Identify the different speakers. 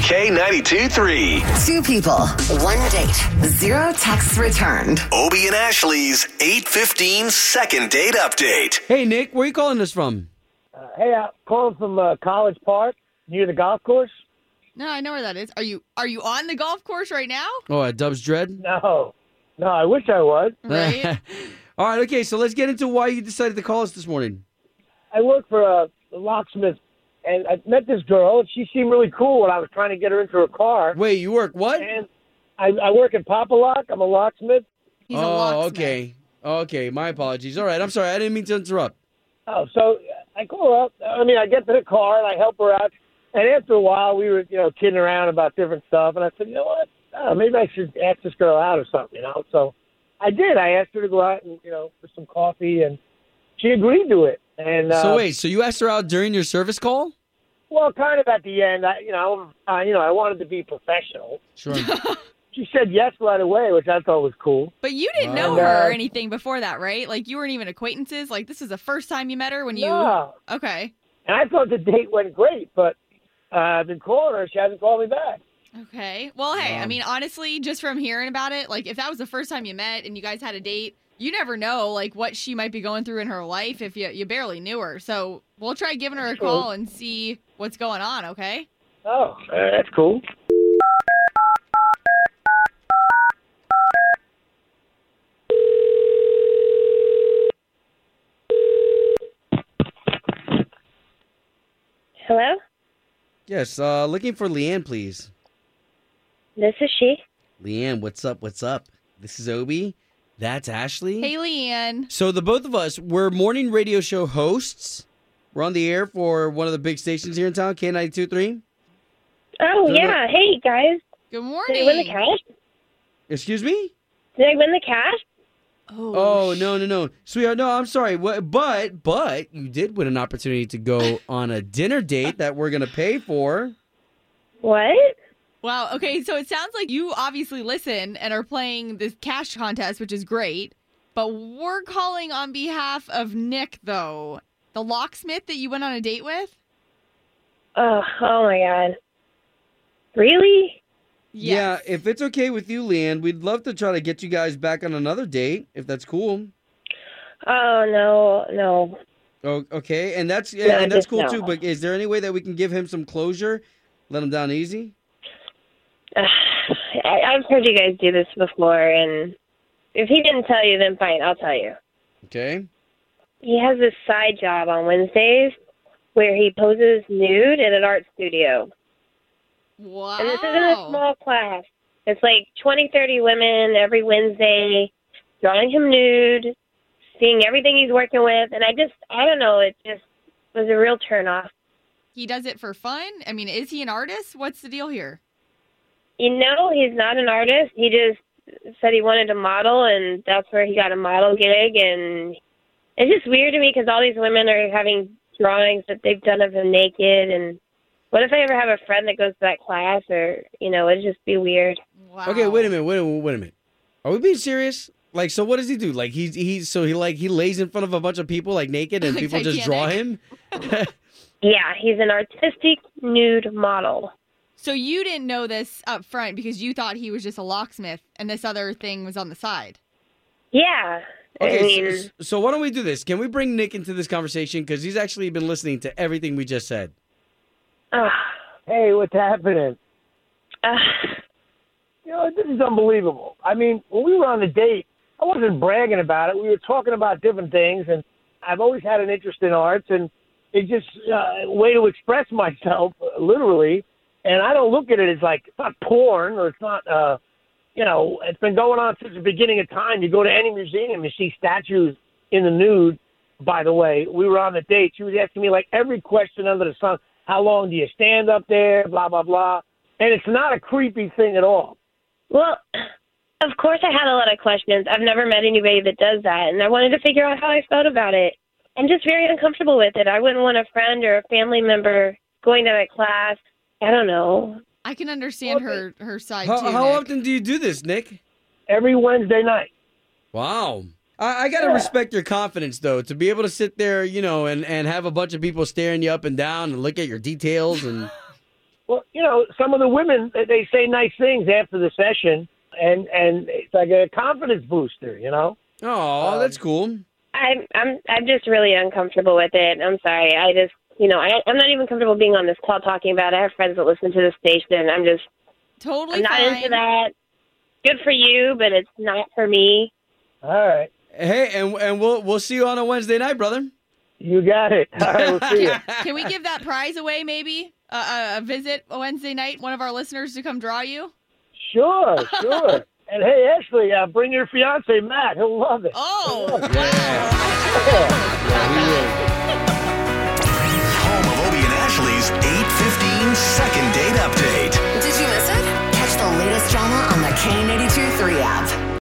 Speaker 1: K92 3.
Speaker 2: Two people, one date, zero texts returned.
Speaker 1: Obie and Ashley's 815 second date update.
Speaker 3: Hey, Nick, where are you calling us from?
Speaker 4: Hey, I'm calling from uh, College Park near the golf course.
Speaker 5: No, I know where that is. Are you are you on the golf course right now?
Speaker 3: Oh, uh, Dubs Dread?
Speaker 4: No, no, I wish I was.
Speaker 5: Right.
Speaker 3: All right, okay, so let's get into why you decided to call us this morning.
Speaker 4: I work for a locksmith, and I met this girl. and She seemed really cool when I was trying to get her into her car.
Speaker 3: Wait, you work what?
Speaker 4: And I, I work at Papa Lock. I'm a locksmith.
Speaker 5: He's a
Speaker 3: oh,
Speaker 5: locksmith.
Speaker 3: okay. Okay, my apologies. All right, I'm sorry. I didn't mean to interrupt.
Speaker 4: Oh, so I call her up. I mean, I get to the car and I help her out. And after a while, we were, you know, kidding around about different stuff. And I said, you know what? Oh, maybe I should ask this girl out or something, you know? So I did. I asked her to go out and, you know, for some coffee, and she agreed to it. And uh,
Speaker 3: so, wait, so you asked her out during your service call?
Speaker 4: well, kind of at the end, I, you know, I, you know, I wanted to be professional.
Speaker 3: Sure.
Speaker 4: She said yes right away, which I thought was cool.
Speaker 5: But you didn't know
Speaker 4: And,
Speaker 5: her
Speaker 4: uh,
Speaker 5: or anything before that, right? Like you weren't even acquaintances. Like this is the first time you met her when you
Speaker 4: Yeah.
Speaker 5: Okay.
Speaker 4: And I thought the date went great, but uh, I've been calling her. She hasn't called me back.
Speaker 5: Okay. Well, hey, I mean, honestly, just from hearing about it, like if that was the first time you met and you guys had a date, you never know like what she might be going through in her life if you you barely knew her. So we'll try giving her a
Speaker 4: Sure.
Speaker 5: call and see what's going on. Okay.
Speaker 4: Oh, uh, that's cool.
Speaker 6: Hello,
Speaker 3: yes, uh, looking for Leanne, please.
Speaker 6: this is she.
Speaker 3: Leanne, what's up? What's up? This is Obi. That's Ashley.
Speaker 5: Hey, Leanne.
Speaker 3: So the both of us, we're morning radio show hosts. We're on the air for one of the big stations here in town, K92.3.
Speaker 6: Oh
Speaker 3: Hello.
Speaker 6: yeah, hey guys.
Speaker 5: Good
Speaker 6: Did I
Speaker 5: morning.
Speaker 6: win the cash?
Speaker 3: Excuse me?
Speaker 6: Did I win the cash?
Speaker 3: Oh, no, no, no. Sweetheart, no, I'm sorry. What, but, but you did win an opportunity to go on a dinner date that we're going to pay for.
Speaker 6: What?
Speaker 5: Wow. Okay. So it sounds like you obviously listen and are playing this cash contest, which is great. But we're calling on behalf of Nick, though, the locksmith that you went on a date with.
Speaker 6: Oh, oh my god. Really?
Speaker 5: Yes.
Speaker 3: Yeah, if it's okay with you, Leanne, we'd love to try to get you guys back on another date, if that's cool.
Speaker 6: Oh no, no.
Speaker 3: Oh, okay, and that's
Speaker 6: No,
Speaker 3: and that's
Speaker 6: just
Speaker 3: cool
Speaker 6: no.
Speaker 3: too. But is there any way that we can give him some closure, let him down easy?
Speaker 6: Ugh. I, I've heard you guys do this before, and if he didn't tell you, then fine, I'll tell you.
Speaker 3: Okay.
Speaker 6: He has this side job on Wednesdays where he poses nude at an art studio.
Speaker 5: Wow.
Speaker 6: And this isn't
Speaker 5: Oh.
Speaker 6: a small class. It's like 20, 30 women every Wednesday, drawing him nude, seeing everything he's working with. And I just, I don't know, it just was a real turnoff.
Speaker 5: He does it for fun. I mean, is he an artist? What's the deal here?
Speaker 6: You know, he's not an artist. He just said he wanted to model, and that's where he got a model gig. And it's just weird to me because all these women are having drawings that they've done of him naked. And what if I ever have a friend that goes to that class? Or, you know, it'd just be weird.
Speaker 5: Wow.
Speaker 3: Okay, wait a minute, wait a minute, wait a minute. Are we being serious? Like, so what does he do? Like, he's he's so he like he lays in front of a bunch of people like naked, and
Speaker 5: Like
Speaker 3: people just draw him.
Speaker 6: Yeah, he's an artistic nude model.
Speaker 5: So you didn't know this up front because you thought he was just a locksmith and this other thing was on the side.
Speaker 6: Yeah. I
Speaker 3: Okay,
Speaker 6: mean,
Speaker 3: so, so why don't we do this? Can we bring Nick into this conversation because he's actually been listening to everything we just said.
Speaker 6: ugh,
Speaker 4: Hey, what's happening?
Speaker 6: ugh.
Speaker 4: You know, this is unbelievable. I mean, when we were on the date, I wasn't bragging about it. We were talking about different things, and I've always had an interest in arts, and it's just uh, a way to express myself, uh, literally. And I don't look at it as like it's not porn or it's not, uh, you know, it's been going on since the beginning of time. You go to any museum, you see statues in the nude. By the way, we were on the date. She was asking me like every question under the sun. How long do you stand up there? Blah blah blah. And it's not a creepy thing at all.
Speaker 6: well, of course I had a lot of questions. I've never met anybody that does that, and I wanted to figure out how I felt about it. I'm just very uncomfortable with it. I wouldn't want a friend or a family member going to that class. I don't know.
Speaker 5: I can understand her her side
Speaker 3: How,
Speaker 5: too.
Speaker 3: how
Speaker 5: Nick.
Speaker 3: often do you do this, Nick?
Speaker 4: every Wednesday night.
Speaker 3: Wow. I, I gotta respect your confidence though, to be able to sit there, you know, and, and have a bunch of people staring you up and down and look at your details and
Speaker 4: Well, you know, some of the women they- they say nice things after the session, and and it's like a confidence booster, you know.
Speaker 3: Oh, that's cool.
Speaker 6: I'm I'm I'm just really uncomfortable with it. I'm sorry. I just you know I I'm not even comfortable being on this call talking about. It. I have friends that listen to the station. I'm just
Speaker 5: Totally
Speaker 6: I'm not
Speaker 5: fine.
Speaker 6: into that. Good for you, but it's not for me.
Speaker 4: All right,
Speaker 3: Hey, and and we'll we'll see you on a Wednesday night, brother.
Speaker 4: you got it. All right, we'll see you.
Speaker 5: Can we give that prize away, maybe? Uh, a visit Wednesday night, one of our listeners to come draw you?
Speaker 4: Sure, sure. And hey, Ashley, uh, bring your fiance Matt. He'll love it.
Speaker 5: Oh, wow.
Speaker 1: Home of Obie and Ashley's 815 second date update.
Speaker 2: Did you miss it? Catch the latest drama on the K82 3 app.